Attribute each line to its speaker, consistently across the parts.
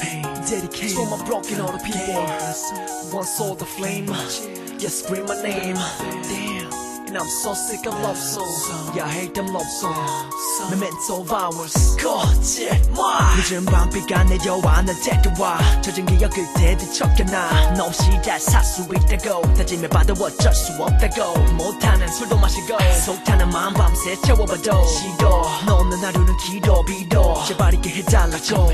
Speaker 1: Dedicate to all my broken hearted people. One saw the flame, yeah, scream my name. Damn. And I'm so sick of love songs. Yeah, I hate them love songs. Memento vows. 거짓말. 늦은 밤비가 내려와 날 데려와. 젖은 기억 그대 뒤척여놔. 너 없이 잘살수 있다고. 다짐해봐도 어쩔 수 없다고. 못하는 술도 마시고. 속타는 마음 밤새 채워봐도. 시도. 너 없는 하루는 길어 비도. 제발 있게 해달라고.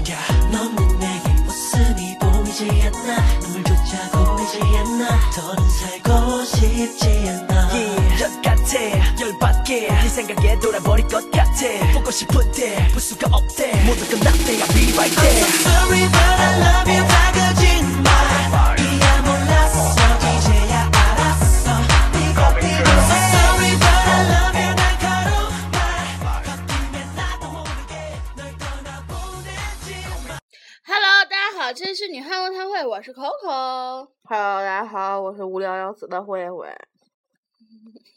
Speaker 2: 너는 내게 웃음이 보이지 않나 눈물조차 고이지 않나 더는 살고 싶지 않아
Speaker 1: 열같아 열받게 네 생각에 돌아버릴 것 같아 보고 싶은데 볼 수가 없대 모두 끝났대 I'll be right
Speaker 2: I'm
Speaker 1: there
Speaker 2: so sorry but I love you 다 거짓말 이야 몰랐어 이제야 알았어 네가 필요해 I'm so sorry but I love you 난 걸음마 걷기면 나도 모르게 널 떠나보내지 마
Speaker 3: Hello，大家好，这里是女汉子开会，我是 Coco。
Speaker 4: Hello，大家好，我是无聊要死的慧慧，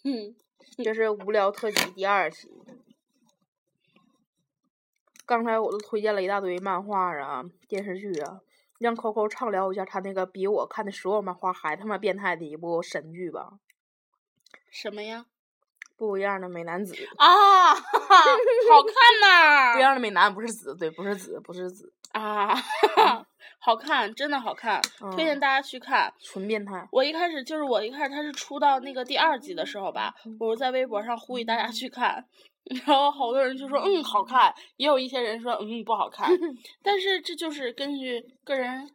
Speaker 3: 嗯，
Speaker 4: 这是无聊特辑第二期。刚才我都推荐了一大堆漫画啊、电视剧啊，让 Coco 畅聊一下他那个比我看的所有漫画还他妈变态的一部神剧吧，
Speaker 3: 什么呀？
Speaker 4: 不一样的美男子，
Speaker 3: 啊， 好看
Speaker 4: 不一
Speaker 3: 呐、
Speaker 4: 样的美男不是子，对，不是子，不是子，
Speaker 3: 啊！ 嗯好看，真的好看，推荐大家去看。
Speaker 4: 嗯纯变态。
Speaker 3: 我一开始就是我一开始它是出到那个第二集的时候吧，我是在微博上呼吁大家去看，然后好多人就说嗯好看，也有一些人说嗯不好 看，但是这就是根据个人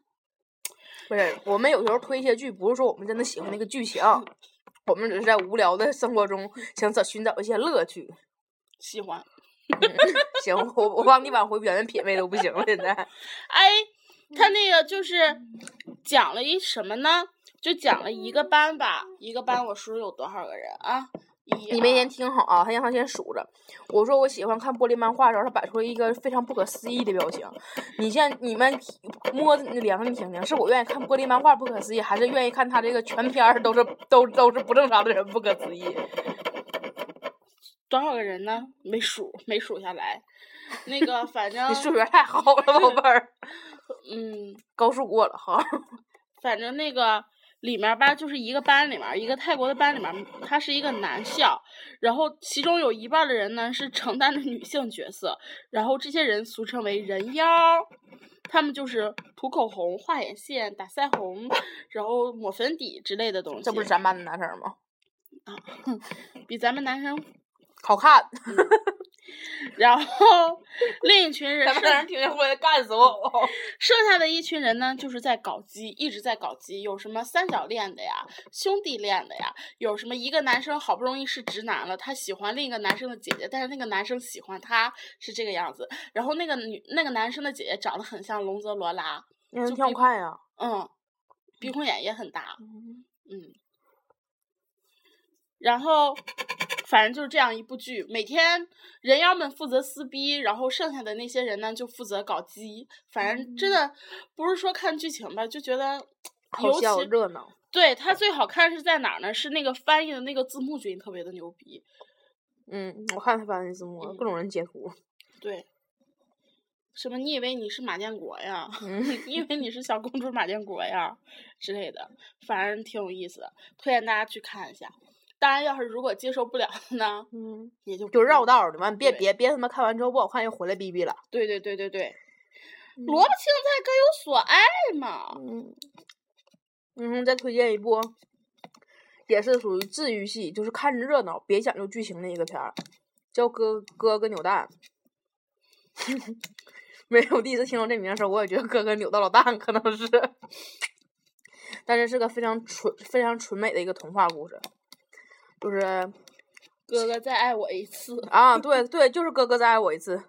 Speaker 4: 不是，我们有时候推一些剧，不是说我们真的喜欢那个剧情，我们只是在无聊的生活中想找寻找一些乐趣。
Speaker 3: 喜欢。
Speaker 4: 行，我我帮你挽回原本品味都不行了，现 在。
Speaker 3: 哎，他
Speaker 4: 嗯
Speaker 3: 那个就是讲了一什么呢？就讲了一个
Speaker 4: 嗯
Speaker 3: 班吧，一个班我数数有多少个人啊？一
Speaker 4: 你们
Speaker 3: 二
Speaker 4: 先听好啊，他让他先数着。我说我喜欢看玻璃漫画的时候，他摆出了一个非常不可思议的表情。你现你们摸着你的良心听听，是我愿意看玻璃漫画不可思议，还是愿意看他这个全片儿都是都都是不正常的人不可思议？
Speaker 3: 多少个人呢？没数，没数下来。那个反正
Speaker 4: 你数学太好了，宝贝儿，
Speaker 3: 嗯，
Speaker 4: 高数过了哈。
Speaker 3: 反正那个里面吧，就是一个班里面，一个泰国的班里面，它是一个男校，然后其中有一半的人呢是承担着女性角色，然后这些人俗称为人妖，他们就是涂口红、画眼线、打腮红，然后抹粉底之类的东西。
Speaker 4: 这不是咱班的男生吗？
Speaker 3: 比咱们男生，
Speaker 4: 好看，
Speaker 3: 然后另一群人
Speaker 4: 咱们男
Speaker 3: 是
Speaker 4: 生啊听见会干死 我。
Speaker 3: 剩下的一群人呢，就是在搞基，一直在搞基，有什么三角恋的呀，兄弟恋的呀，有什么一个男生好不容易是直男了，他喜欢另一个男生的姐姐，但是那个男生喜欢他是这个样子，然后那个女那个男生的姐姐长得很像龙泽罗拉，
Speaker 4: 你们
Speaker 3: 就
Speaker 4: 挺好
Speaker 3: 比
Speaker 4: 看呀。
Speaker 3: 嗯，鼻孔眼也很大，嗯，然后反正就是这样一部剧，每天人妖们负责撕逼，然后剩下的那些人呢就负责搞基，反正真的不是说看剧情吧，就觉得。
Speaker 4: 嗯好
Speaker 3: 尤其
Speaker 4: 笑热闹，
Speaker 3: 对它最好看是在哪儿呢？是那个翻译的那个字幕君特别的牛逼。
Speaker 4: 嗯，我看他发的字幕了，各种人截图，
Speaker 3: 对，什么？你以为你是马建国呀？
Speaker 4: 嗯
Speaker 3: 你以为你是小公主马建国呀之类的，反正挺有意思的，推荐大家去看一下。当然，要是如果接受不了的呢，
Speaker 4: 嗯。
Speaker 3: 也就
Speaker 4: 就
Speaker 3: 不
Speaker 4: 绕。道儿的，完别
Speaker 3: 对
Speaker 4: 别别他妈看完之后不好看又回来逼逼了。
Speaker 3: 对对对对对，萝卜青菜各有所爱嘛。
Speaker 4: 嗯，嗯，再推荐一部，也是属于治愈系，就是看着热闹，别讲究剧情的一个片儿，叫《哥哥哥扭蛋》。 没有，我第一次听到这名儿的时候，我也觉得哥哥扭到了蛋，可能是， 但是是个非常纯、非常纯美的一个童话故事，就是
Speaker 3: 哥哥再爱我一次，
Speaker 4: 啊，对对，就是哥哥再爱我一次，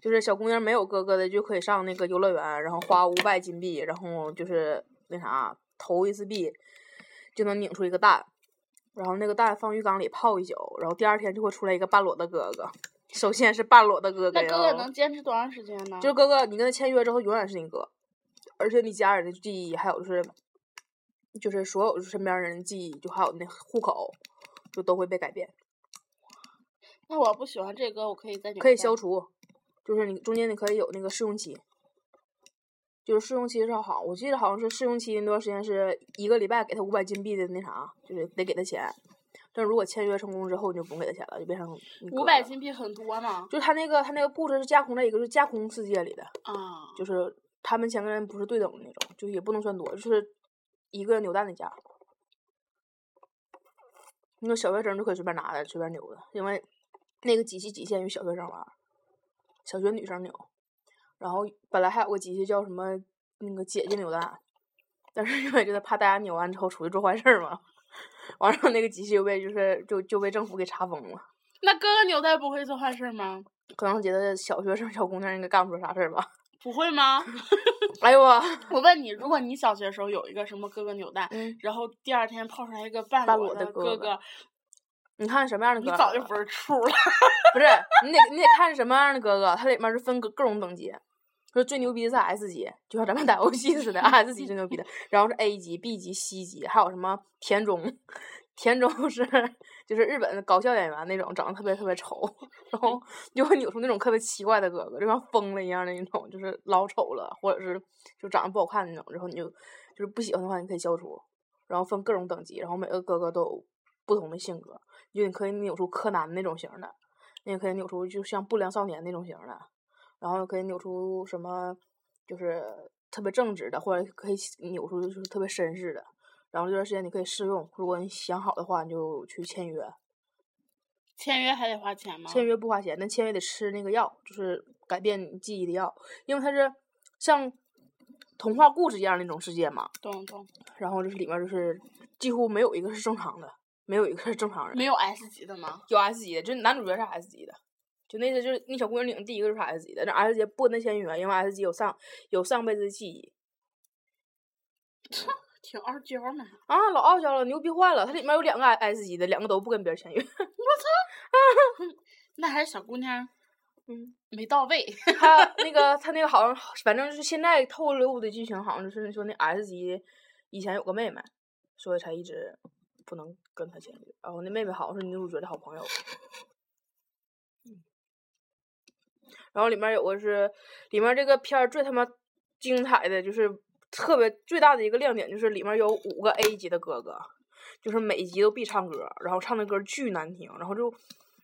Speaker 4: 就是小姑娘没有哥哥的就可以上那个游乐园，然后花五百金币，然后就是那啥投一次币，就能拧出一个蛋，然后那个蛋放浴缸里泡一宿，然后第二天就会出来一个半裸的哥哥。首先是半裸的哥哥
Speaker 3: 那
Speaker 4: 哟，
Speaker 3: 哥哥能坚持多长时间呢？
Speaker 4: 哦就是哥哥，你跟他签约之后永远是你哥，而且你家人的记忆，还有就是就是所有身边人的记忆，就还有那户口，就都会被改变。
Speaker 3: 那我不喜欢这歌，我可以再扭
Speaker 4: 可以
Speaker 3: 蛋
Speaker 4: 消除，就是你中间你可以有那个试用期，
Speaker 3: 五百
Speaker 4: 了。
Speaker 3: 金币很多嘛？
Speaker 4: 就是他那个他那个故事是架空在一个是架空世界里的，
Speaker 3: 啊，
Speaker 4: 就是他们钱跟人不是对等的那种，就是也不能算多，就是一个扭蛋的价。那个小学生就可以随便拿的，随便扭的，因为那个机器仅限于小学生玩儿，小学女生扭。然后本来还有个机器叫什么那个姐姐扭蛋，但是因 为就是怕大家扭完之后出去做坏事儿嘛，完了那个机器就被就是就就被政府给查封了。
Speaker 3: 那哥哥扭蛋不会做坏事儿吗？
Speaker 4: 可能觉得小学生小姑娘应该干不出啥事儿吧。
Speaker 3: 不会吗？
Speaker 4: 哎呦我，
Speaker 3: 我问你，如果你小学时候有一个什么哥哥扭蛋，
Speaker 4: 嗯，
Speaker 3: 然后第二天泡出来一个半
Speaker 4: 半
Speaker 3: 裸
Speaker 4: 裸的
Speaker 3: 哥
Speaker 4: 哥哥你看什么样的
Speaker 3: 你
Speaker 4: 哥哥？
Speaker 3: 早就不是处了。
Speaker 4: 不是，你得你得看什么样的哥哥，它里面是分各各种等级，说最牛逼的是 S 级，就像咱们打游戏似的，S 级最牛逼的，然后是 A 级、B 级、C 级，还有什么田中， 田中是就是日本的搞笑演员那种，长得特别特别丑，然后就会扭出那种特别奇怪的哥哥，就像疯了一样的那种，就是老丑了，或者是就长得不好看那种，然后你就就是不喜欢的话，你可以消除，然后分各种等级，然后每个哥哥都有不同的性格，就你可以扭出柯南那种型儿的。你也可以扭出就像不良少年那种型儿的，然后可以扭出什么就是特别正直的，或者可以扭出就是特别绅士的。然后这段时间你可以试用，如果你想好的话，你就去签约。
Speaker 3: 签约还得花钱吗？
Speaker 4: 签约不花钱，但签约得吃那个药，就是改变你记忆的药，因为它是像童话故事一样的那种世界嘛。
Speaker 3: 懂懂，
Speaker 4: 然后就是里面就是几乎没有一个是正常的，没有一个是正常人。
Speaker 3: 没有 S 级的吗？
Speaker 4: 有 S 级的，就是男主角是 S 级的，就那些就是那小姑娘领的第一个就是 S 级的，那 S 级不能签约，因为 S 级有上有上辈子的记忆
Speaker 3: 挺傲娇嘛。
Speaker 4: 啊，老傲娇了，牛逼坏了，它里面有两个 S 级的，两个都不跟别人签约，
Speaker 3: 那还是小姑娘，
Speaker 4: 嗯，
Speaker 3: 没到位。
Speaker 4: 他那个他那个好像反正就是现在透露的剧情好像就是说那 S 级以前有个妹妹，所以才一直不能跟他签约，然后那妹妹好像是女主角的好朋友。嗯然后里面有个是，里面这个片儿最他妈精彩的就是特别最大的一个亮点就是里面有五个 A 级的哥哥，就是每一集都必唱歌，然后唱的歌巨难听，然后就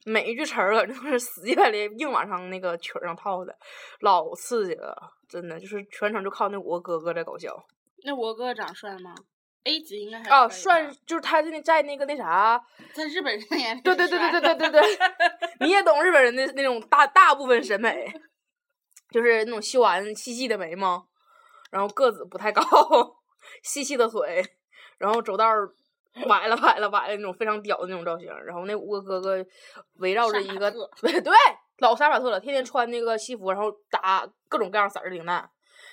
Speaker 4: 每一句词儿啊 就是死乞白赖硬往上那个曲儿上套的，老刺激了，真的就是全程就靠那五个哥哥在搞笑
Speaker 3: 那我哥哥长帅吗？A 级应该还
Speaker 4: 啊，
Speaker 3: 哎可以
Speaker 4: 算
Speaker 3: 吧
Speaker 4: 是就是他在那在那个那啥，
Speaker 3: 在日本人眼里，
Speaker 4: 对对对对对。 对对对，你也懂日本人的那种大大部分审美，就是那种修完细细的眉毛，然后个子不太高，细细的腿，然后走道儿崴了崴了崴了那种非常屌的那种造型。然后那五个哥哥围绕着一个
Speaker 3: 杀马
Speaker 4: 对老杀马特了，天天穿那个西服，然后打各种各样色儿的领带。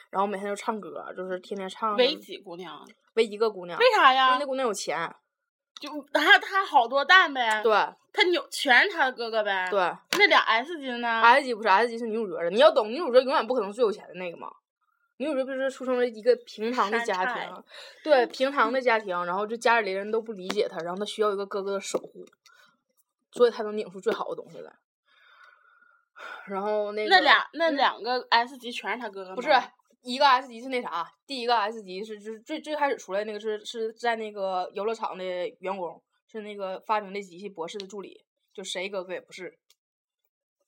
Speaker 4: 然后每天就唱歌，就是天天唱。
Speaker 3: 为几姑娘？啊
Speaker 4: 唯一个姑娘，
Speaker 3: 为啥
Speaker 4: 因为
Speaker 3: 呀
Speaker 4: 嗯那？姑娘有钱，
Speaker 3: 就他他好多蛋呗，
Speaker 4: 对
Speaker 3: 他扭全是他的哥哥呗。，
Speaker 4: 对。哎
Speaker 3: 那俩 S 级的呢？
Speaker 4: S 级不是 S 级是女主角的，你要懂女主角永远不可能最有钱的那个嘛。女主角不是出生了一个平常的
Speaker 3: 山
Speaker 4: 家
Speaker 3: 寨
Speaker 4: 庭，对 平常的家庭，然后就家里人都不理解她，然后她需要一个哥哥的守护，所以她能拧出最好的东西来。然后那个
Speaker 3: 那俩那两个 S 级全是他哥哥吗？
Speaker 4: 不是一个 S 级是那啥，第一个 S 级是就是最最开始出来那个是是在那个游乐场的员工，是那个发明这机器博士的助理，就谁哥哥也不是，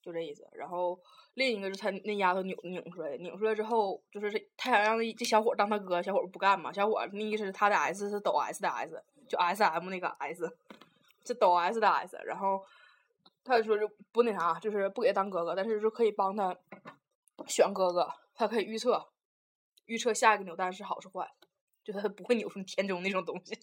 Speaker 4: 就这意思。然后另一个就是他那丫头拧拧出来的，拧出来之后就是这他想让这这小伙儿当他哥，小伙儿不干嘛，小伙儿那意思是他的 S 是抖 S 的 S，就 S M 那个 S，是抖 S 的 S，然后。他就说就不那啥，就是不给他当哥哥，但是就可以帮他选哥哥，他可以预测，预测下一个扭蛋是好是坏，就他不会扭出田中那种东西。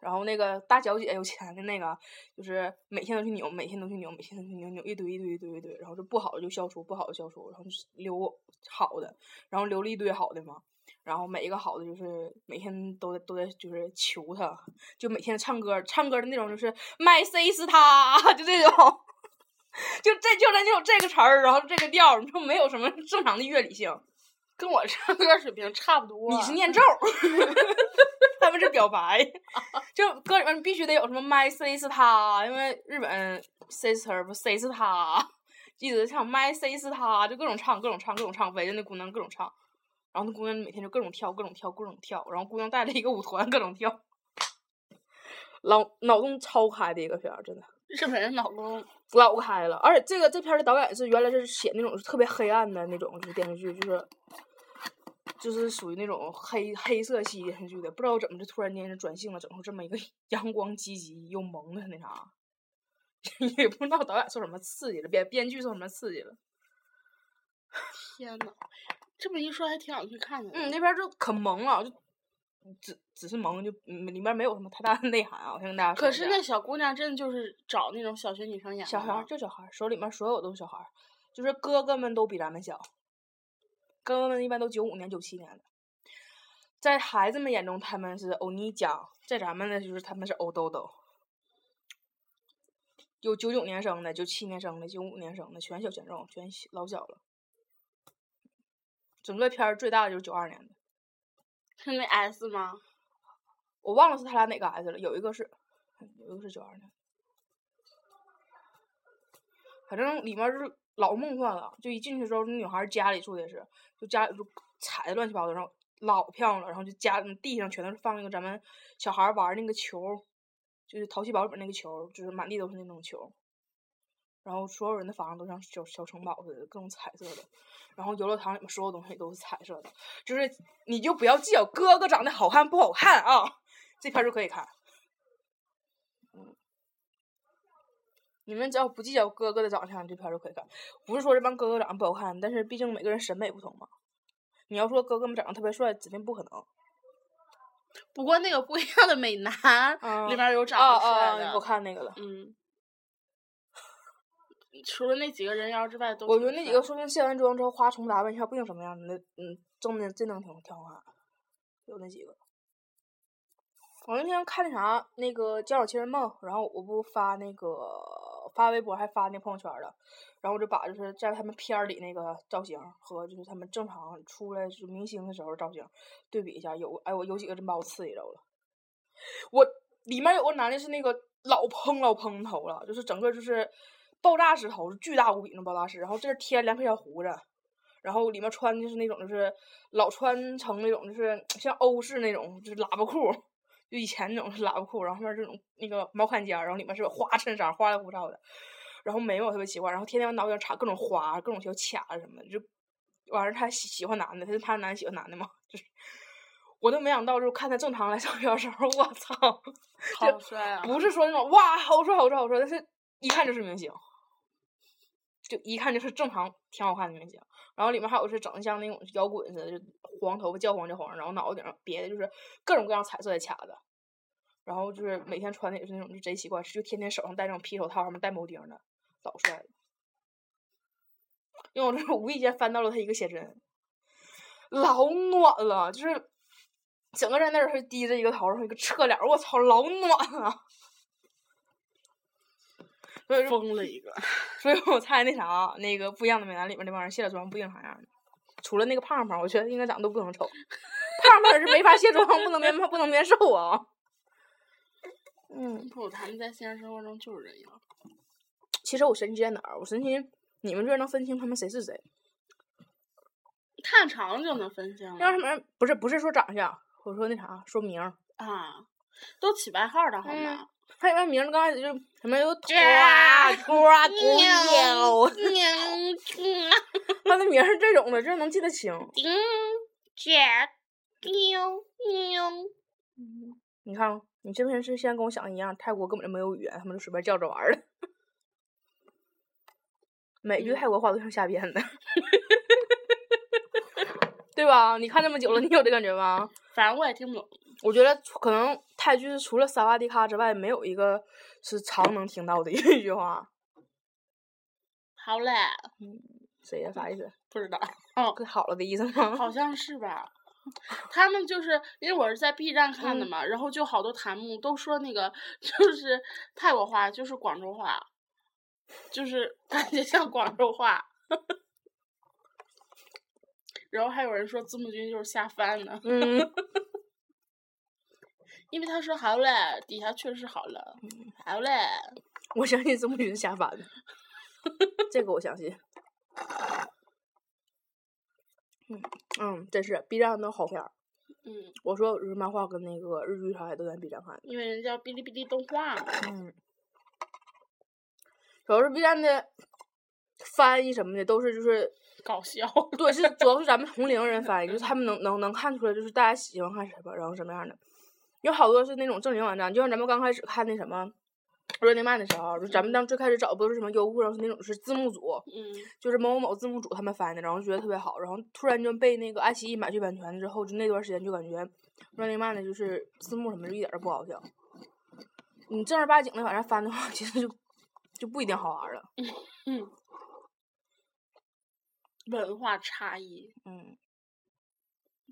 Speaker 4: 然后那个大小姐有钱的那个，就是每天都去扭，每天都去扭，每天都去扭，扭一堆一堆一堆一堆，然后就不好的就消除，不好的消除，然后就是留好的，然后留了一堆好的嘛。然后每一个好的就是每天都在都在就是求他，就每天唱歌唱歌的那种就是 my C 是他， 就这种，就这就在那种这个词儿，然后这个调儿，你就没有什么正常的乐理性。
Speaker 3: 跟我唱歌水平差不多。
Speaker 4: 你是念咒儿，他们是表白，就歌里面必须得有什么 my sister，因为日本 sister 不 sister，一直唱 My C 是他，就各种唱，各种唱，各种唱，围着那姑娘各种唱。然后那姑娘每天就各种跳，各种跳，各种跳。然后姑娘带了一个舞团，各种跳。老脑洞超开的一个片儿，真的
Speaker 3: 日本人老公
Speaker 4: 老开了。而且这个这片儿的导演是原来是写那种特别黑暗的那种，就是电视剧，就是就是属于那种黑黑色系电视剧的。不知道怎么就突然间就转性了，整出这么一个 阳光积极又萌的那啥， 也不知道导演受什么刺激了，编编剧受什么刺激了。
Speaker 3: 天呐，这么一说还挺想去看看。
Speaker 4: 嗯，，那边儿就可萌了，就只只是萌，就嗯里面没有什么太大的内涵啊。我先跟大家说
Speaker 3: 可
Speaker 4: 一
Speaker 3: 是
Speaker 4: 下
Speaker 3: 那小姑娘真的就是找那种小学女生演的
Speaker 4: 小孩儿
Speaker 3: 吗
Speaker 4: 就小孩儿，手里面所有都是小孩儿，就是哥哥们都比咱们小，哥哥们一般都九五年、九七年的，在孩子们眼中他们是欧尼酱，在咱们呢就是他们是欧兜兜。有九九年生的，九七年生的，九五年生的，全小全肉，全小老小了。整个片儿最大的就是九二年的。
Speaker 3: 是那 S 吗？
Speaker 4: 我忘了是他俩哪个孩子了，有一个是，有一个是九二年，反正里面就是老梦幻了。就一进去之后，那女孩儿家里住的也是，就家里就踩的乱七八糟，然后老漂亮了，然后就家里地上全都是放那个咱们小孩儿玩儿那个球儿，就是淘气堡里面那个球儿，就是满地都是那种球儿。然后所有人的房子都像小小城堡似的，各种彩色的。然后游乐场里面所有东西都是彩色的，就是你就不要计较哥哥长得好看不好看啊，这片儿就可以看。嗯你们只要不计较哥哥的长相，这片儿就可以看。不是说这帮哥哥长得不好看，但是毕竟每个人审美不同嘛。你要说哥哥们长得特别帅，指定不可能。
Speaker 3: 不过那个不一样的美男、
Speaker 4: 嗯
Speaker 3: 里面有长
Speaker 4: 啊
Speaker 3: 得
Speaker 4: 啊！
Speaker 3: 帅
Speaker 4: 啊
Speaker 3: 的，
Speaker 4: 我看那个了。
Speaker 3: 嗯。 除了那几个人妖之外，都
Speaker 4: 我觉
Speaker 3: 挺
Speaker 4: 得那几
Speaker 3: 帅
Speaker 4: 个说不定卸完妆之后花重打扮一下，不定什么样的，那嗯，真的真能挺挺好看。有那几个，我那天看那啥，那个《交友情人梦》，然后我不发那个发微博，还发那朋友圈了，然后我就把就是在他们片儿里那个造型和就是他们正常出来就是明星的时候造型对比一下，有哎我有几个真把我刺激着了。我里面有个男的是那个老蓬老蓬头了，就是整个就是爆炸式头，巨大无比那种爆炸式，然后这儿贴两撇小胡子，然后里面穿的就是那种就是老穿成那种就是像欧式那种就是喇叭裤，就以前那种喇叭裤，然后上面这种那个毛坎肩儿，然后里面是花衬衫，花里胡哨的，然后眉毛特别奇怪，然后天天往脑袋上插各种花，各种小卡什么的，就完事儿他喜喜欢男的，他就他男喜欢男的嘛，就是。我都没想到，就是看他正常来上学的时候，我操，
Speaker 3: 好帅啊！
Speaker 4: 不是说那种哇好帅好帅好帅，但是一看就是明星，就一看就是正常挺好看的明星。然后里面还有是整的像那种摇滚似的，就黄头发焦黄焦黄，然后脑袋顶上别的就是各种各样彩色的卡子，然后就是每天穿的也是那种就贼奇怪，就天天手上戴那种皮手套，上面戴铆钉的，老帅了。因为我这是无意间翻到了他一个写真，老暖了，就是整个在那儿还低着一个头，然后一个侧脸儿，我操，老暖了。所以说
Speaker 3: 疯了一个，
Speaker 4: 所以我猜那啥，那个不一样的美男里面那帮人卸了妆不一定啥样的，除了那个胖胖，我觉得应该长得都不 能丑。胖胖是没法卸妆，不能变不能变瘦啊。 嗯，
Speaker 3: 不，他们在现实生活中就是这样。
Speaker 4: 其实我神奇在哪儿？我神奇你们这儿能分清他们谁是谁，
Speaker 3: 看长了就能分清了
Speaker 4: 让他们不是不是说长相，我说那啥说名儿，
Speaker 3: 啊，都起外号的好吗？
Speaker 4: 他一般名儿刚开始就什 么有拖
Speaker 3: 啊
Speaker 4: 拖姑
Speaker 3: 喵
Speaker 4: 腰，
Speaker 3: 喵喵
Speaker 4: 他的名儿是这种的，这能记得清。
Speaker 3: 叮姐喵喵，
Speaker 4: 你看，你这边是现在跟我想的一样，泰国根本就没有语言，他们就随便叫着玩儿的。每句
Speaker 3: 嗯
Speaker 4: 泰国话都像瞎编的， 对吧？你看这么久了，你有这感觉吗？
Speaker 3: 反正我也听不懂。
Speaker 4: 我觉得除可能泰剧是除了萨瓦迪卡之外，没有一个是常能听到的一句话。
Speaker 3: 好嘞，
Speaker 4: 谁呀？啥意思？
Speaker 3: 不知道。
Speaker 4: 更好了的意思 吗？
Speaker 3: 好像是吧。他们就是因为我是在 B 站看的嘛，然后就好多弹幕都说那个就是泰国话，就是广州话，就是 感觉像广州话。 然后还有人说字幕君就是瞎翻的，
Speaker 4: 嗯，
Speaker 3: 因为他说好嘞，底下确实好了，好嘞，
Speaker 4: 我相信字幕君是瞎翻的。这个我相信。嗯嗯，真是 B 站的好片儿。
Speaker 3: 嗯，
Speaker 4: 我说日漫画跟那个日剧啥的都在 B 站看的。
Speaker 3: 因为人家哔哩哔哩动画嘛。
Speaker 4: 嗯，主要是 B 站的翻译什么的都是就是
Speaker 3: 搞笑。
Speaker 4: 对，是主要是咱们同龄人翻译，就是他们能能能看出来，就是大家喜欢看什么，然后什么样的。有好多是那种正经网站，就像咱们刚开始看那什么《Running Man》的时候，就咱们当最开始找不都是什么优酷，然后是那种是字幕组，
Speaker 3: 嗯，
Speaker 4: 就是某某某字幕组他们翻的，然后觉得特别好，然后突然就被那个爱奇艺买去版权之后，就那段时间就感觉《Running Man》的就是字幕什么就一点儿都不好笑。你正儿八经的往上翻的话，其 实就就不一定好玩了。
Speaker 3: 文化差异，
Speaker 4: 嗯，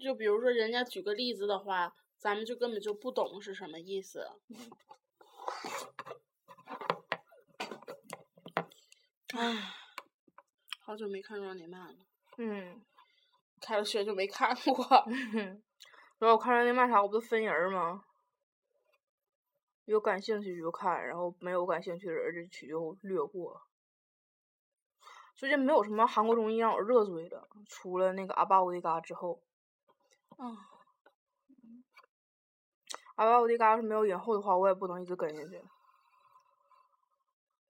Speaker 3: 就比如说人家举个例子的话，咱们就根本就不懂是什么意思。唉，好久没看《Running Man》了，
Speaker 4: 嗯。
Speaker 3: 开了学就没看过。
Speaker 4: 然后我看着那漫啥，我不是分人儿吗？有感兴趣就看，然后没有感兴趣的人就去就略过。最近没有什么韩国综艺让我热追的，除了那个阿巴乌迪嘎之后，
Speaker 3: 嗯，
Speaker 4: 阿巴乌迪嘎要是没有影后的话，我也不能一直跟下去。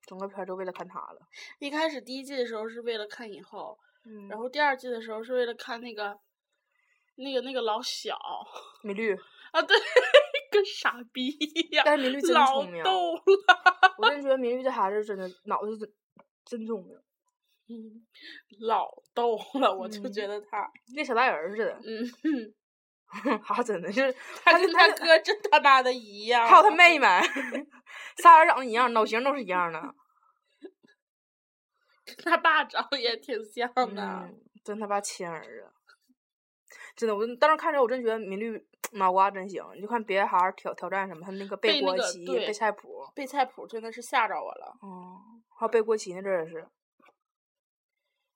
Speaker 4: 整个片儿就为了看他了。
Speaker 3: 一开始第一季的时候是为了看影后，
Speaker 4: 嗯然
Speaker 3: 然
Speaker 4: 后
Speaker 3: 后第二季的时候是为了看那个，那个那个老小
Speaker 4: 米绿，
Speaker 3: 啊，对， 跟傻逼一样，
Speaker 4: 但是米绿真
Speaker 3: 老
Speaker 4: 聪明，
Speaker 3: 逗了。
Speaker 4: 我真觉得米绿这孩子真的脑子真真聪明，
Speaker 3: 嗯，老逗了，我就
Speaker 4: 嗯
Speaker 3: 觉得他，
Speaker 4: 跟小大人儿似的。
Speaker 3: 嗯，
Speaker 4: 他真的就是
Speaker 3: 他
Speaker 4: 他
Speaker 3: 跟
Speaker 4: 跟
Speaker 3: 他
Speaker 4: 他
Speaker 3: 哥真他妈的一样。
Speaker 4: 还有他妹妹，仨人长得一样，脑型都是一 样的。
Speaker 3: 跟他爸长得也挺像的。
Speaker 4: 嗯，真他妈亲儿子！真的，我就当时看着我真觉得米绿脑瓜真行。你就看别的孩儿挑挑战什么，他那个
Speaker 3: 被
Speaker 4: 背
Speaker 3: 那
Speaker 4: 锅
Speaker 3: 个
Speaker 4: 旗、
Speaker 3: 对
Speaker 4: 背菜谱，
Speaker 3: 背菜谱真的是吓着我了，
Speaker 4: 嗯，还有背锅旗那阵儿也是，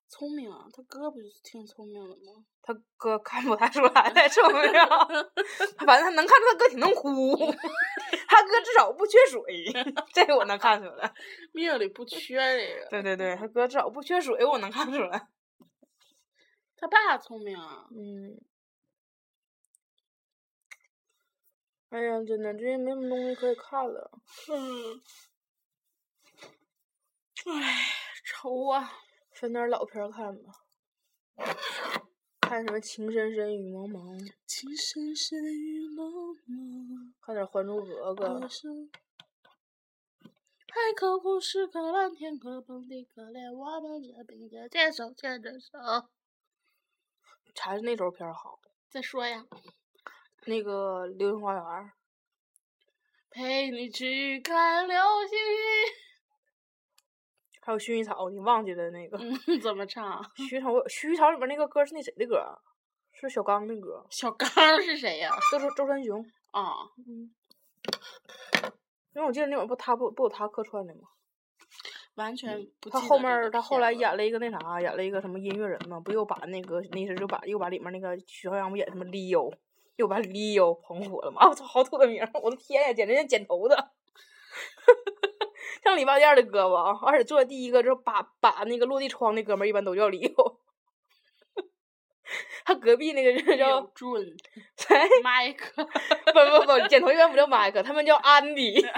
Speaker 3: 聪明啊，他哥不就是挺聪明的吗？
Speaker 4: 他哥看不太出来太重要，他 反正他能看出他哥挺能哭，他哥至少不缺水，这个我能看出来。
Speaker 3: 命里不缺这个，
Speaker 4: 对对对，他哥至少不缺水，我能看出来。
Speaker 3: 他爸聪明啊。
Speaker 4: 嗯，哎呀，真的，最近没什么东西可以看了。
Speaker 3: 嗯，
Speaker 4: 哎
Speaker 3: 唉，愁啊。
Speaker 4: 选点老片儿看吧。看什么《情深深雨蒙蒙》，
Speaker 3: 情深深雨蒙
Speaker 4: 嗯
Speaker 3: 蒙，
Speaker 4: 看点《还珠格格
Speaker 3: 歌》。
Speaker 4: 嗯
Speaker 3: 声。海口故事，可蓝天，可蹦迪，可怜我们肩并肩，牵手牵着手。
Speaker 4: 还是那周片儿好。
Speaker 3: 再说呀，
Speaker 4: 那个《流星花园》，
Speaker 3: 陪你去看流星
Speaker 4: 还有《薰衣草》，你忘记了那个？
Speaker 3: 雨。 嗯，怎么唱？
Speaker 4: 薰衣草，薰衣草里面那个歌是那谁的歌？啊是小刚的歌，
Speaker 3: 小刚儿是谁呀？
Speaker 4: 周周周传雄。
Speaker 3: 啊，
Speaker 4: 因为我记得那会儿不他不不有他客串的吗？
Speaker 3: 完全不记得这个片
Speaker 4: 嗯他
Speaker 3: 了。
Speaker 4: 后面儿他后来演了一个那啥，演了一个什么音乐人嘛，不又把那个那时候就把又把里面那个徐浩洋不演什么 Leo，又把 Leo 捧火了嘛？啊，我操，好土的名儿！我的天呀，简直像剪头的， 像礼拜二的胳膊啊！而且做第一个就是把把那个落地窗那哥们儿一般都叫 Leo，他隔壁那个就 叫
Speaker 3: 叫 June
Speaker 4: 谁？
Speaker 3: Mike，
Speaker 4: 不不不，剪头一般不叫马克，他们叫 安迪。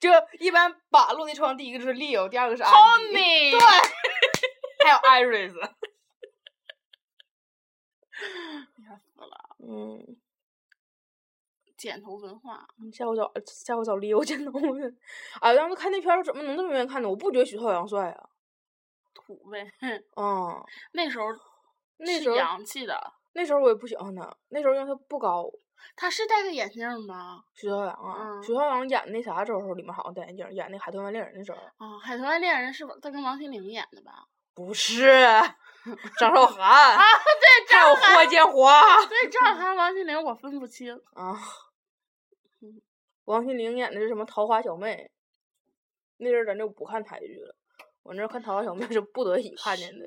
Speaker 4: 就一般把落地窗第一个就是 Leo，第二个是安迪。
Speaker 3: Tommy
Speaker 4: 啊对，还有 Iris。嗯，
Speaker 3: 剪头文化。
Speaker 4: 下午找下午找 Leo 见到我们。啊，当时看那片儿怎么能这么愿意看呢？我不觉得徐浩洋帅啊。
Speaker 3: 土呗，
Speaker 4: 嗯，
Speaker 3: 那时候
Speaker 4: 那
Speaker 3: 是
Speaker 4: 时候
Speaker 3: 洋气的。
Speaker 4: 那时候我也不喜欢他，那时候因为他不高。
Speaker 3: 他是戴个眼镜儿吗？
Speaker 4: 徐浩洋啊，
Speaker 3: 嗯
Speaker 4: 徐浩洋演那啥时候里面好像戴眼镜儿，演那《海豚湾恋人》的时候。
Speaker 3: 啊、海豚湾恋人》是王他跟王心凌演的吧？
Speaker 4: 不是， 张韶涵 啊，对，还有霍建华
Speaker 3: 对，张韶涵、王心凌我分不清。
Speaker 4: 啊。王心凌演的是什么《桃花小妹》？那阵儿咱就不看台剧了，我那阵儿看《桃花小妹》是不得已看见 的。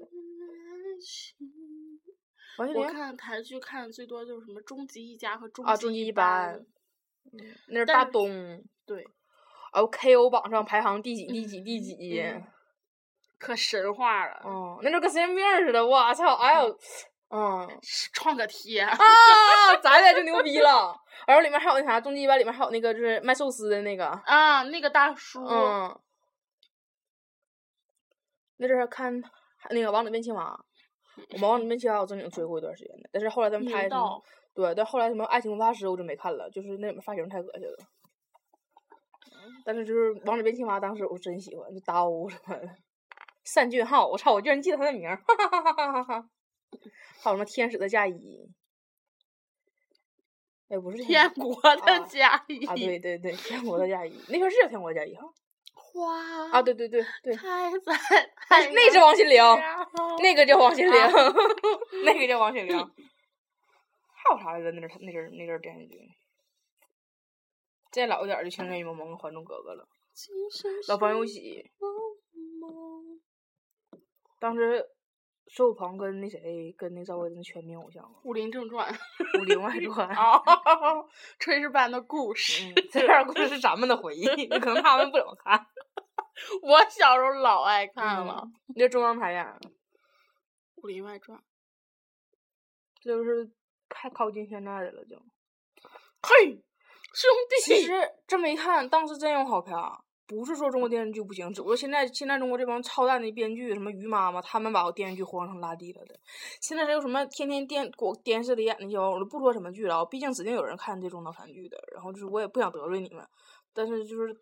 Speaker 4: 王心
Speaker 3: 我
Speaker 4: 凌
Speaker 3: 看台剧看的最多就是什么《终极一家》和《终
Speaker 4: 啊，终
Speaker 3: 极
Speaker 4: 极一
Speaker 3: 班》
Speaker 4: 班，嗯那是
Speaker 3: 但
Speaker 4: 大
Speaker 3: 是
Speaker 4: 东，
Speaker 3: 对，
Speaker 4: 然后 KO 榜上排行第几第几第几
Speaker 3: 嗯，可神话了，
Speaker 4: 哦，那就跟神经病儿似的，我操！哎呦，嗯，
Speaker 3: 是创 可贴，
Speaker 4: 啊，咱俩就牛逼了。然后里面还有那啥，终极一班里面还有那个就是卖寿司的那个，
Speaker 3: 啊，那个大叔，
Speaker 4: 嗯，那阵儿看那个《王子变青蛙》，我们《王子变青蛙》我正经追过一段时间的，但是后来咱们
Speaker 3: 明
Speaker 4: 拍什么
Speaker 3: 道，
Speaker 4: 对，但后来什么《爱情魔法师》我就没看了，就是那里面发型太恶心了。但是就是《王子变青蛙》，当时我真喜欢，就达欧什么的，单俊浩，我操，我居然记得他的名儿，哈哈哈哈哈哈！还有什么《天使的嫁衣》？哎，不是
Speaker 3: 天国的家里，
Speaker 4: 啊，对对对，天国的嫁衣，那片是叫天国的嫁衣哈。
Speaker 3: 花
Speaker 4: 啊，对对对 对，哎
Speaker 3: 开在太阳
Speaker 4: 那是王心凌，
Speaker 3: 下哦
Speaker 4: 那个叫王心凌
Speaker 3: 啊，
Speaker 4: 那个叫 王心凌。还有啥来着？那阵儿那阵儿那阵儿电视剧，再老一点儿就《情深深雨蒙蒙》跟《还珠格格》了，
Speaker 3: 今生
Speaker 4: 老
Speaker 3: 朋
Speaker 4: 朋
Speaker 3: 友
Speaker 4: 友喜。当时苏有朋跟那谁跟那赵薇真全民偶像啊，
Speaker 3: 《武林正 传》
Speaker 4: 《武林外传》
Speaker 3: 啊，炊事班的故事
Speaker 4: 嗯。，这段故事是咱们的回忆，可能他们不怎么看。嗯
Speaker 3: 我小时候老爱 看了《
Speaker 4: 那中央台演的，
Speaker 3: 武林外传》。
Speaker 4: 这就是太靠近现在的了，就。
Speaker 3: 嘿，兄
Speaker 4: 其
Speaker 3: 弟，
Speaker 4: 实这么一看，当时真有好片儿，不是说中国电视剧不行，只不过现在现在中国这帮操蛋的编剧，什么于妈妈，他们把我电视剧活成拉低了的。现在还有什么天天电国电视里演那些玩意儿，我就不说什么剧了啊，毕竟指定有人看这种脑残剧的。然后就是我也不想得罪你们，但是就是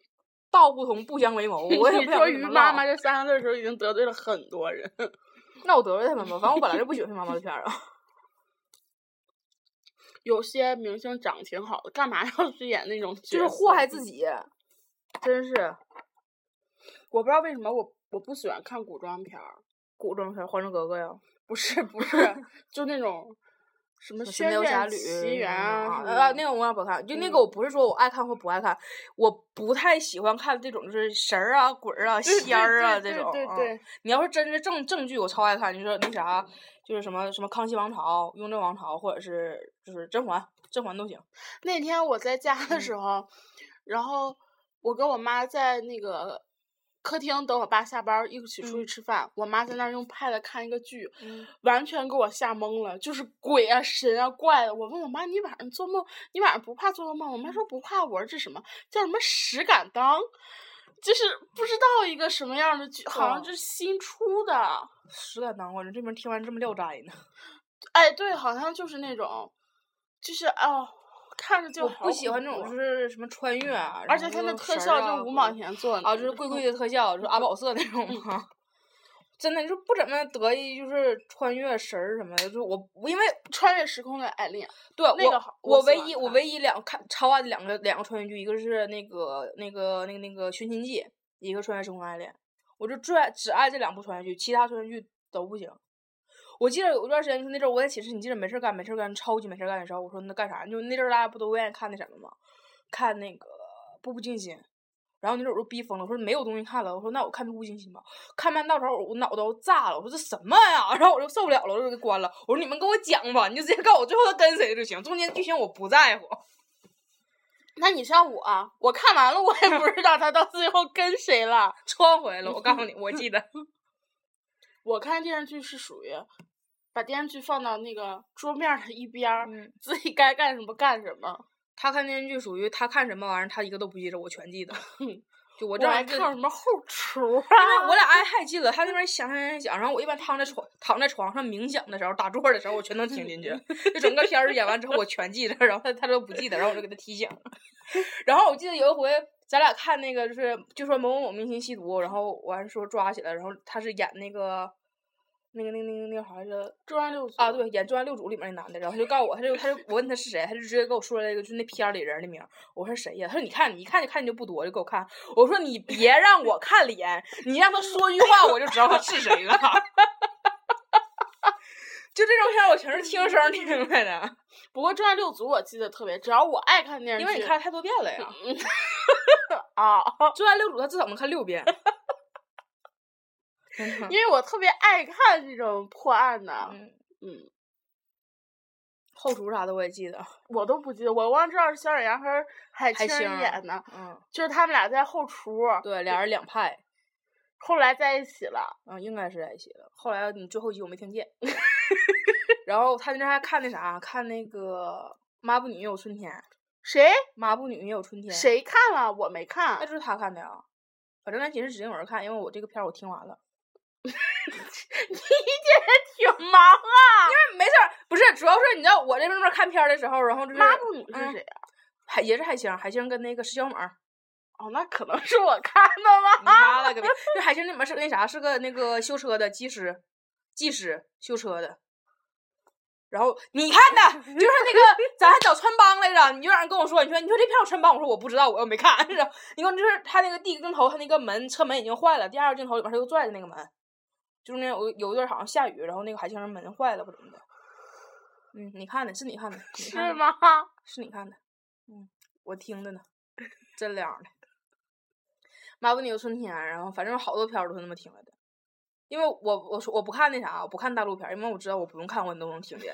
Speaker 4: 道不同不相为谋，我也
Speaker 3: 你
Speaker 4: 不想
Speaker 3: 说
Speaker 4: 跟你
Speaker 3: 于
Speaker 4: 们
Speaker 3: 妈
Speaker 4: 唠
Speaker 3: 妈这三个字的时候，已经得罪了很多人。
Speaker 4: 那我得罪他们吧，反正我本来就不喜欢妈妈的片儿啊。
Speaker 3: 有些明星长挺好的，干嘛要 去演那种
Speaker 4: 就
Speaker 3: 角色？
Speaker 4: 是祸害自己，真是
Speaker 3: 我不知道为什么我我不喜欢看古装片儿，
Speaker 4: 古装片儿《还珠格格》呀，
Speaker 3: 不是不是， 就那种什么《
Speaker 4: 神
Speaker 3: 轩
Speaker 4: 雕侠
Speaker 3: 辕
Speaker 4: 侣
Speaker 3: 奇缘》
Speaker 4: 啊
Speaker 3: 啊，
Speaker 4: 啊，那个我也不看。就那个，
Speaker 3: 嗯
Speaker 4: 我不是说我爱看或不爱看，我不太喜欢看这种就是神儿啊、鬼儿啊、
Speaker 3: 对
Speaker 4: 仙儿啊
Speaker 3: 对
Speaker 4: 这
Speaker 3: 对
Speaker 4: 种。
Speaker 3: 对
Speaker 4: 嗯
Speaker 3: 对，
Speaker 4: 你要是真是正正剧，我超爱看。你说那啥，就是什么什么《康熙王朝》《雍正王朝》，或者是就是《甄嬛》，《甄嬛》都行。
Speaker 3: 那天我在家的
Speaker 4: 嗯
Speaker 3: 时候，然后我跟我妈在那个客厅等我爸下班儿一起出去
Speaker 4: 嗯
Speaker 3: 吃饭，我妈在那儿用 pad 看一个剧，完全给我吓懵了，就是鬼啊神啊怪的。我问我妈：“你晚上做梦，你晚上不怕做噩梦？”我
Speaker 4: 嗯
Speaker 3: 妈说：“不怕。”我说：“这什么叫什么石敢当？”就是不知道一个什么样的剧，好
Speaker 4: 哇
Speaker 3: 像就是新出的。
Speaker 4: 嗯实在难过，人这名听完这么聊斋呢。
Speaker 3: 哎，对，好像就是那种，就是哦，看着就
Speaker 4: 我
Speaker 3: 好
Speaker 4: 不喜欢这
Speaker 3: 恐
Speaker 4: 种
Speaker 3: 怖啊
Speaker 4: 就是什么穿越啊，
Speaker 3: 而
Speaker 4: 然
Speaker 3: 且
Speaker 4: 后
Speaker 3: 它那
Speaker 4: 又
Speaker 3: 特
Speaker 4: 神儿
Speaker 3: 效
Speaker 4: 啊
Speaker 3: 就是五毛。钱做的嗯
Speaker 4: 啊，就是贵贵的特效，就是阿宝色那种嘛。真的就是不怎么得意，就是穿越神儿什么的，就是我我因为
Speaker 3: 穿越时空的爱恋，
Speaker 4: 对
Speaker 3: 那
Speaker 4: 我
Speaker 3: 个好
Speaker 4: 我
Speaker 3: 我喜
Speaker 4: 唯
Speaker 3: 欢
Speaker 4: 一我
Speaker 3: 看
Speaker 4: 唯一两看超爱的两个两个穿越剧，一个是那个那个那个那个《寻秦记》，一个《穿越时空的爱恋》，我就最爱只爱这两部穿越剧，其他穿越剧都不行。我记得有一段时间，就是那阵儿我在寝室，你记得没事儿干没事儿干，超级没事儿干的时候，我说那干啥？就那阵儿大家不都愿意看那什么吗？看那个《步步惊心》，然后那阵儿我就逼疯了，我说没有东西看了，我说那我看《步步惊心》吧。看半到头儿，我脑袋都炸了，我说这什么呀？然后我就受不了了，我就给关了。我说你们给我讲吧，你就直接告诉我最后他跟谁就行，中间剧情我不在乎。
Speaker 3: 那你像我、我看完了我也不知道他到最后跟谁了。
Speaker 4: 穿回来了，我告诉你，我记得
Speaker 3: 我看电视剧是属于把电视剧放到那个桌面儿的一边儿，
Speaker 4: 嗯
Speaker 3: 自己该干什么干什么。
Speaker 4: 他看电视剧属于他看什么玩意儿，他一个都不记着，我全记得。就我
Speaker 3: 我
Speaker 4: 这
Speaker 3: 还
Speaker 4: 玩意
Speaker 3: 看
Speaker 4: 儿，
Speaker 3: 什么后厨啊？
Speaker 4: 因为我俩挨太近了，他那边想想想想，然后我一般躺在床躺在床上冥想的时候，打坐的时候，我全能 听进去。就整个片儿演完之后，我全记得，然后他他都不记得，然后我就给他提醒了。 然后我记得有一回，咱俩看那个就是就说某某某明星吸毒，然后我还说抓起来，然后他是演那个那个那个那个那个好像是
Speaker 3: 中央六组
Speaker 4: 啊，对，演《重案六组》里面那男的，然后他就告诉我，他就他就我问他是谁，他就直接给我说了一个就是那片儿里人的名儿，我说谁呀？他说你看你一看就看你就不多，就给我看。我说你别让我看脸，你让他说句话我就知道他是谁了。 就这种片儿我全是听声儿听明白的，
Speaker 3: 不过中央六组我记得特别，只要我爱看电视
Speaker 4: 因
Speaker 3: 剧，
Speaker 4: 为你看太多遍了呀。
Speaker 3: 啊，
Speaker 4: 《重案六组》他至少能看六遍。真的
Speaker 3: 因为我特别爱看这种破案的，
Speaker 4: 嗯
Speaker 3: 嗯
Speaker 4: 后厨啥的我也记得，
Speaker 3: 我都不记得，我光知道是小沈阳和海
Speaker 4: 海
Speaker 3: 清
Speaker 4: 清儿
Speaker 3: 演的，
Speaker 4: 嗯，
Speaker 3: 就是他们俩在后厨，
Speaker 4: 对，俩人两派，
Speaker 3: 后来在一起了，
Speaker 4: 啊，应该是在一起了。后来你最后一集我没听 见，然后他那阵还看那啥，看那个《抹布女也有春天》，《
Speaker 3: 谁
Speaker 4: 抹布女也有春天》？
Speaker 3: 谁看了？我没
Speaker 4: 那
Speaker 3: 看，
Speaker 4: 就是他看的啊。反正那集是指定有人看，因为我这个片儿我听完了。
Speaker 3: 你这人挺忙啊。
Speaker 4: 没事儿，不是，主要是你知道我这边儿看片儿的时候，然后就是
Speaker 3: 抹布女是
Speaker 4: 嗯
Speaker 3: 谁啊？
Speaker 4: 海也是海星，海星跟那个石小猛儿，
Speaker 3: 哦，那可能是我看的了。
Speaker 4: 你妈了个 逼！这海星那里面是个那啥，是个那个修车的技师，技师修车的。然后你看的，就是那个咱还找穿帮来着，你就让人跟我说，你说你说这片有穿帮，我说我不知道，我又没看。 然后你看就是他那个第一个镜头，他那个门车门已经坏了，第二个镜头里面他又拽着那个门，就是那有有一段好像下雨，然后那个海星人门坏了或怎么的。嗯，你看的是你看的，你
Speaker 3: 是
Speaker 4: 看的
Speaker 3: 吗？
Speaker 4: 是你看的，嗯，我听的呢， 真亮的。马布里有春天，啊然后反正好多片儿都是那么听来的，因为我我说我不看那啥，我不看大陆片儿，因为我知道我不用看我都能听 见。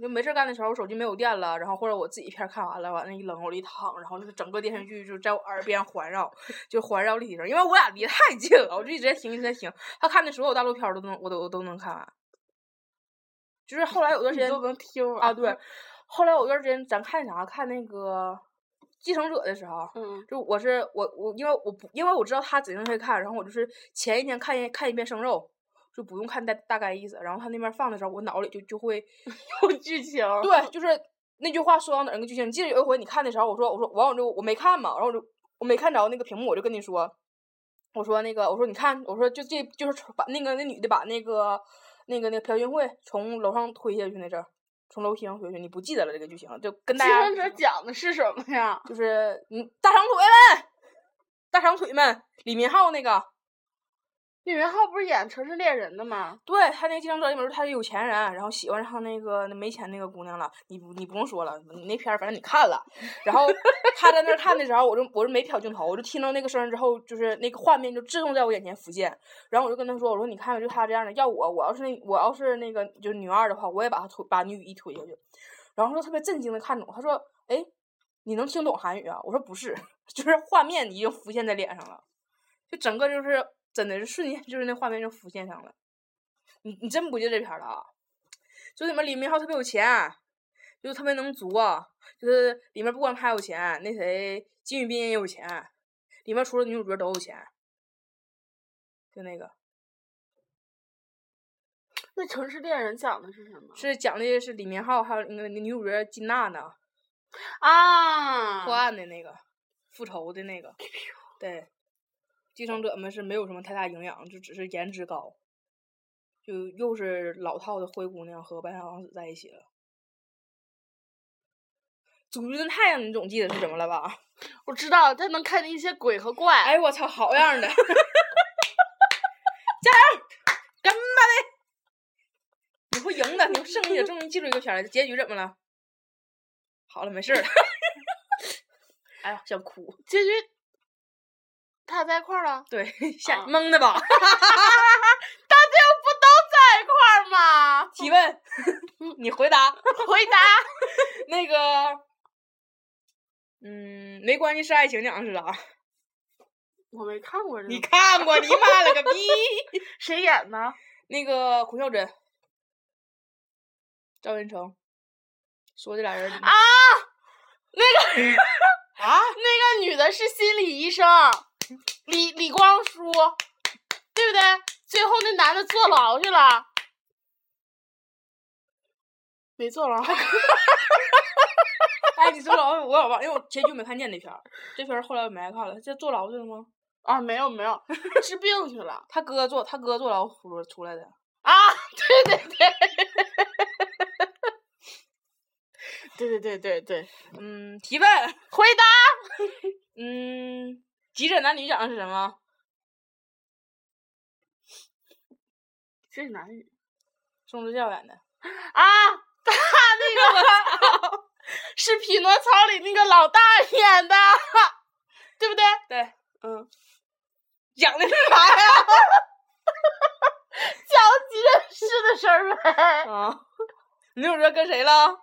Speaker 4: 就没事儿干的时候，我手机没有电了，然后或者我自己片儿看完了，往那一扔，往里一躺，然后就是整个电视剧就在我耳边环绕， 就环绕立体声，因为我俩离太近了，我就一直在听，一直在听。他看的所有大陆片儿都能，我都我都能看完。就是后来有段时
Speaker 3: 你
Speaker 4: 间
Speaker 3: 都能听
Speaker 4: 啊，对。后来有段时间咱看啥？看那个《继承者》的时候，
Speaker 3: 嗯，
Speaker 4: 就我是我我因为我不因为我知道他指定会看，然后我就是前一天看一看一遍《生肉》，就不用看大大概意思。然后他那边放的时候，我脑里就就会
Speaker 3: 有剧情。
Speaker 4: 对，就是那句话说到哪儿那个剧情。你记得有一回你看的时候，我说我说完我就我没看嘛，然后我就我没看着那个屏幕，我就跟你说，我说那个我说你看我说就这就是从把那个那女的把那个那个那个朴槿惠从楼上推下去那阵儿，从楼梯上推下去，你不记得了这个剧情，就跟大
Speaker 3: 继
Speaker 4: 家
Speaker 3: 承者讲的是什么呀？
Speaker 4: 就是嗯大长腿们，大长腿们，李明浩那个。
Speaker 3: 李元昊不是演《城市猎人》的吗？
Speaker 4: 对他那个《继承者》里面，他是有钱人，然后喜欢上那个那没钱那个姑娘了。你不你不用说了，你那片儿反正你看了。然后他在那儿看的时候，我就我就没瞟镜头，我就听到那个声儿之后，就是那个画面就自动在我眼前浮现。然后我就跟他说：“我说你看，就他这样的，要我我要是那我要是那个就是女二的话，我也把他推把女一推下去。”然后他就特别震惊的看着我，他说：“哎，你能听懂韩语啊？”我说：“不是， 就是画面已经浮现在脸上了，就整个就是真的是瞬间就是那画面就浮现上了。”你你真不记得这片儿了啊？就里面李明浩特别有钱，就是特别能作、就是里面不光他有钱，那谁金宇彬也有钱，里面除了女主角都有钱，就那个
Speaker 3: 那《城市猎人》讲的是什么？
Speaker 4: 是讲的是李明浩还有那个女主角金娜娜
Speaker 3: 啊
Speaker 4: 破案的那个复仇的那个，对，继承者们是没有什么太大营养，就只是颜值高，就又是老套的灰姑娘和白马王子在一起了。主君太阳，你总记得是怎么了吧？
Speaker 3: 我知道他能看见一些鬼和怪。
Speaker 4: 哎，我操，好样的！加油，干吧嘞！你会赢的，你会胜利的，终于记住一个片儿了。结局怎么了？好了，没事儿了。 哎呀，想哭。
Speaker 3: 结局他在一块儿了，
Speaker 4: 对，吓
Speaker 3: 啊
Speaker 4: 蒙 的吧？
Speaker 3: 不都在一块儿吗？
Speaker 4: 提问， 嗯你回答。
Speaker 3: 回答
Speaker 4: 那个，嗯，没关系，是爱情讲的是啥？
Speaker 3: 我没看过这
Speaker 4: 你
Speaker 3: 个，
Speaker 4: 看过？你妈了个逼！
Speaker 3: 谁演的？
Speaker 4: 那个孔孝真、赵寅成，说这俩人
Speaker 3: 啊，那个
Speaker 4: 啊，
Speaker 3: 那个女的是心理医生，李李光洙，对不对？最后那男的坐牢去了，没坐 牢。
Speaker 4: 哎，你坐牢我也忘，因为我前就没看见这片儿，这片儿后来我没爱看了。这坐牢去了吗？
Speaker 3: 啊，没有没有， 治病去了
Speaker 4: 他哥坐，他哥坐牢出来出来的。
Speaker 3: 啊！对对 对，对对对对对，
Speaker 4: 嗯，提问，
Speaker 3: 回答
Speaker 4: 嗯，急诊男女讲的是什么？
Speaker 3: 这是男女
Speaker 4: 宋智孝演的。
Speaker 3: 啊， 他那个我 操是匹诺曹里那个老大演的，对不对？
Speaker 4: 对，
Speaker 3: 嗯，
Speaker 4: 讲的是啥呀？
Speaker 3: 讲急诊室的事儿呗，
Speaker 4: 啊，你有说跟谁了？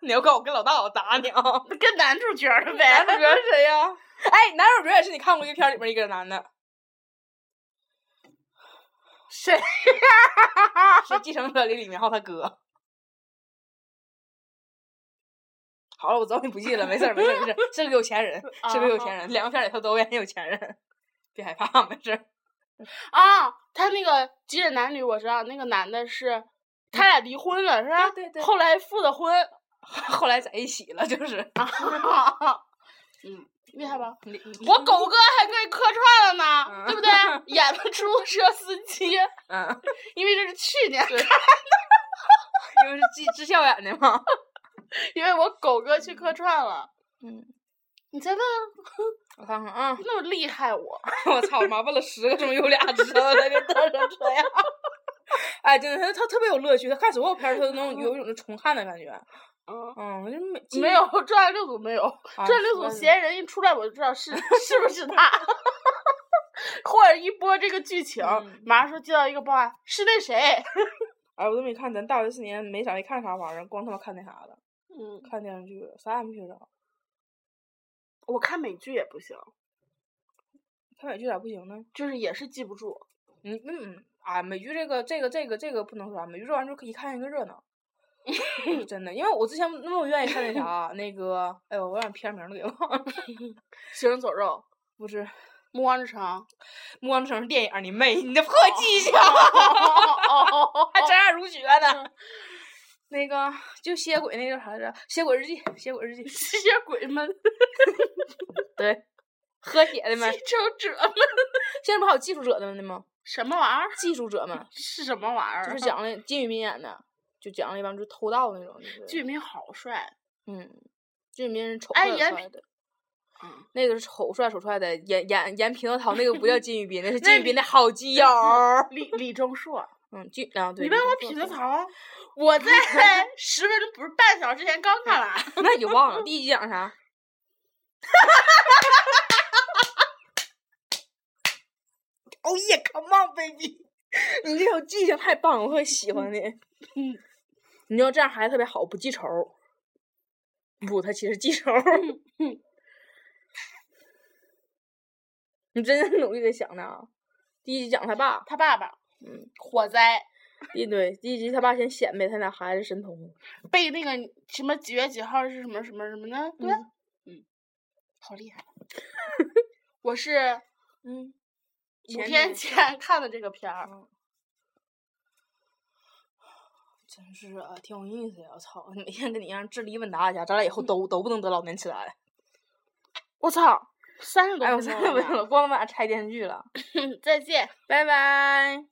Speaker 4: 你要告我跟老大，我打你啊！
Speaker 3: 跟 男主角儿的
Speaker 4: 男主
Speaker 3: 呗。
Speaker 4: 角是谁呀、哎，男主角也是你看过一个片儿里面一个男的，是 是继承者里李明浩他哥。好了，我知道你不记得了，没事儿，没事儿，没事儿，是个有 钱人，
Speaker 3: 啊
Speaker 4: 是个有钱人，两个片儿里头都演有钱人，别害怕，没事儿。
Speaker 3: 啊，他那个《急诊男女》，我知道那个男的是，他俩离婚了是吧？
Speaker 4: 对对对
Speaker 3: 后来复的婚，
Speaker 4: 后来在一起了，就是。
Speaker 3: 啊嗯，厉害吧？
Speaker 4: 你你
Speaker 3: 我狗哥还跟人客串了呢，
Speaker 4: 嗯
Speaker 3: 对不对？演了出租车司机，
Speaker 4: 嗯，
Speaker 3: 因为这是去年，
Speaker 4: 因为是智智孝演的嘛。
Speaker 3: 因为我狗哥去客串了。
Speaker 4: 嗯，
Speaker 3: 你再问啊，
Speaker 4: 我看看啊，
Speaker 3: 那么厉害我，
Speaker 4: 我操，妈问了十个中有俩知道他就得成这样。 哎，真的，他他特别有乐趣，他看所有片儿他都能有一种重看的感觉。
Speaker 3: 嗯，
Speaker 4: 嗯，我就没记
Speaker 3: 没有《转战六组》没有，
Speaker 4: 啊
Speaker 3: 《转六组》嫌疑人一出来我就知道是是不是他， 或者一播这个剧情，
Speaker 4: 嗯
Speaker 3: 马上说接到一个报案，是那谁？
Speaker 4: 哎，我都没看，咱大学四年没咋没看啥玩意儿，光他妈看那啥了，
Speaker 3: 嗯，
Speaker 4: 看电视剧，啥也没学着。
Speaker 3: 我看美剧也不行，
Speaker 4: 看美剧咋不行呢？
Speaker 3: 就是也是记不住。
Speaker 4: 嗯嗯啊，美剧这个这个这个这个不能说啥，啊美剧这玩意儿就可以看一个热闹。 真的，因为我之前那么愿意看那啥，那个，哎呦，我把片名都给忘了，
Speaker 3: 行人走肉，
Speaker 4: 不是《
Speaker 3: 暮光之城，
Speaker 4: 暮光之城》是电影儿，你妹，你的破 记性，
Speaker 3: 哦
Speaker 4: 还真爱如雪
Speaker 3: 嗯
Speaker 4: 呢。那个就吸血鬼那个啥来着，《吸血鬼日记》，《吸血 鬼日记》
Speaker 3: 吸血鬼们、
Speaker 4: 对，喝血的
Speaker 3: 记
Speaker 4: 们，
Speaker 3: 仇者们，
Speaker 4: 现在不还有技术者的呢吗？
Speaker 3: 什么玩意儿？
Speaker 4: 技术者们，
Speaker 3: 是什么玩意儿？
Speaker 4: 就是讲了金宇彬演的，就讲了一帮就是偷盗那种。就是
Speaker 3: 剧名好帅，
Speaker 4: 嗯，金宇彬是丑
Speaker 3: 哎
Speaker 4: 帅
Speaker 3: 严
Speaker 4: 丑帅的，
Speaker 3: 嗯
Speaker 4: 那个是丑帅丑帅的，演演演匹诺曹那个不叫金宇彬，那是
Speaker 3: 那
Speaker 4: 金宇彬的好基友儿。
Speaker 3: 李李钟硕，
Speaker 4: 嗯，金啊对，
Speaker 3: 你问
Speaker 4: 李
Speaker 3: 我
Speaker 4: 钟
Speaker 3: 匹
Speaker 4: 硕
Speaker 3: 诺
Speaker 4: 对，
Speaker 3: 曹， 我在十分钟不是半小时之前刚看完。
Speaker 4: 那你就忘了第一集讲啥？哦耶，Come on baby，你这种记性太棒了，我会喜欢你。
Speaker 3: 嗯，
Speaker 4: 你要这样孩子特别好，不记仇。不，他其实记仇。
Speaker 3: 嗯
Speaker 4: 你真的努力的想呢。第一集讲他爸，
Speaker 3: 他爸爸
Speaker 4: 嗯，
Speaker 3: 火灾
Speaker 4: 第对第一集他爸先显摆他俩孩子神童，
Speaker 3: 被那个什么几月几号是什么什么什么呢？对吧，嗯，好厉害。我是
Speaker 4: 嗯，
Speaker 3: 五
Speaker 4: 前
Speaker 3: 天
Speaker 4: 年
Speaker 3: 前看的这个片儿，
Speaker 4: 真是啊，挺有意思呀！我操， 每天跟你一样智力问答一下，咱俩以后都都不能得老年痴呆。
Speaker 3: 嗯我 操，三十多
Speaker 4: 哎，我
Speaker 3: 分
Speaker 4: 真
Speaker 3: 钟
Speaker 4: 的
Speaker 3: 了
Speaker 4: 没了，光他妈拆电视剧了。
Speaker 3: 再见。
Speaker 4: 拜拜。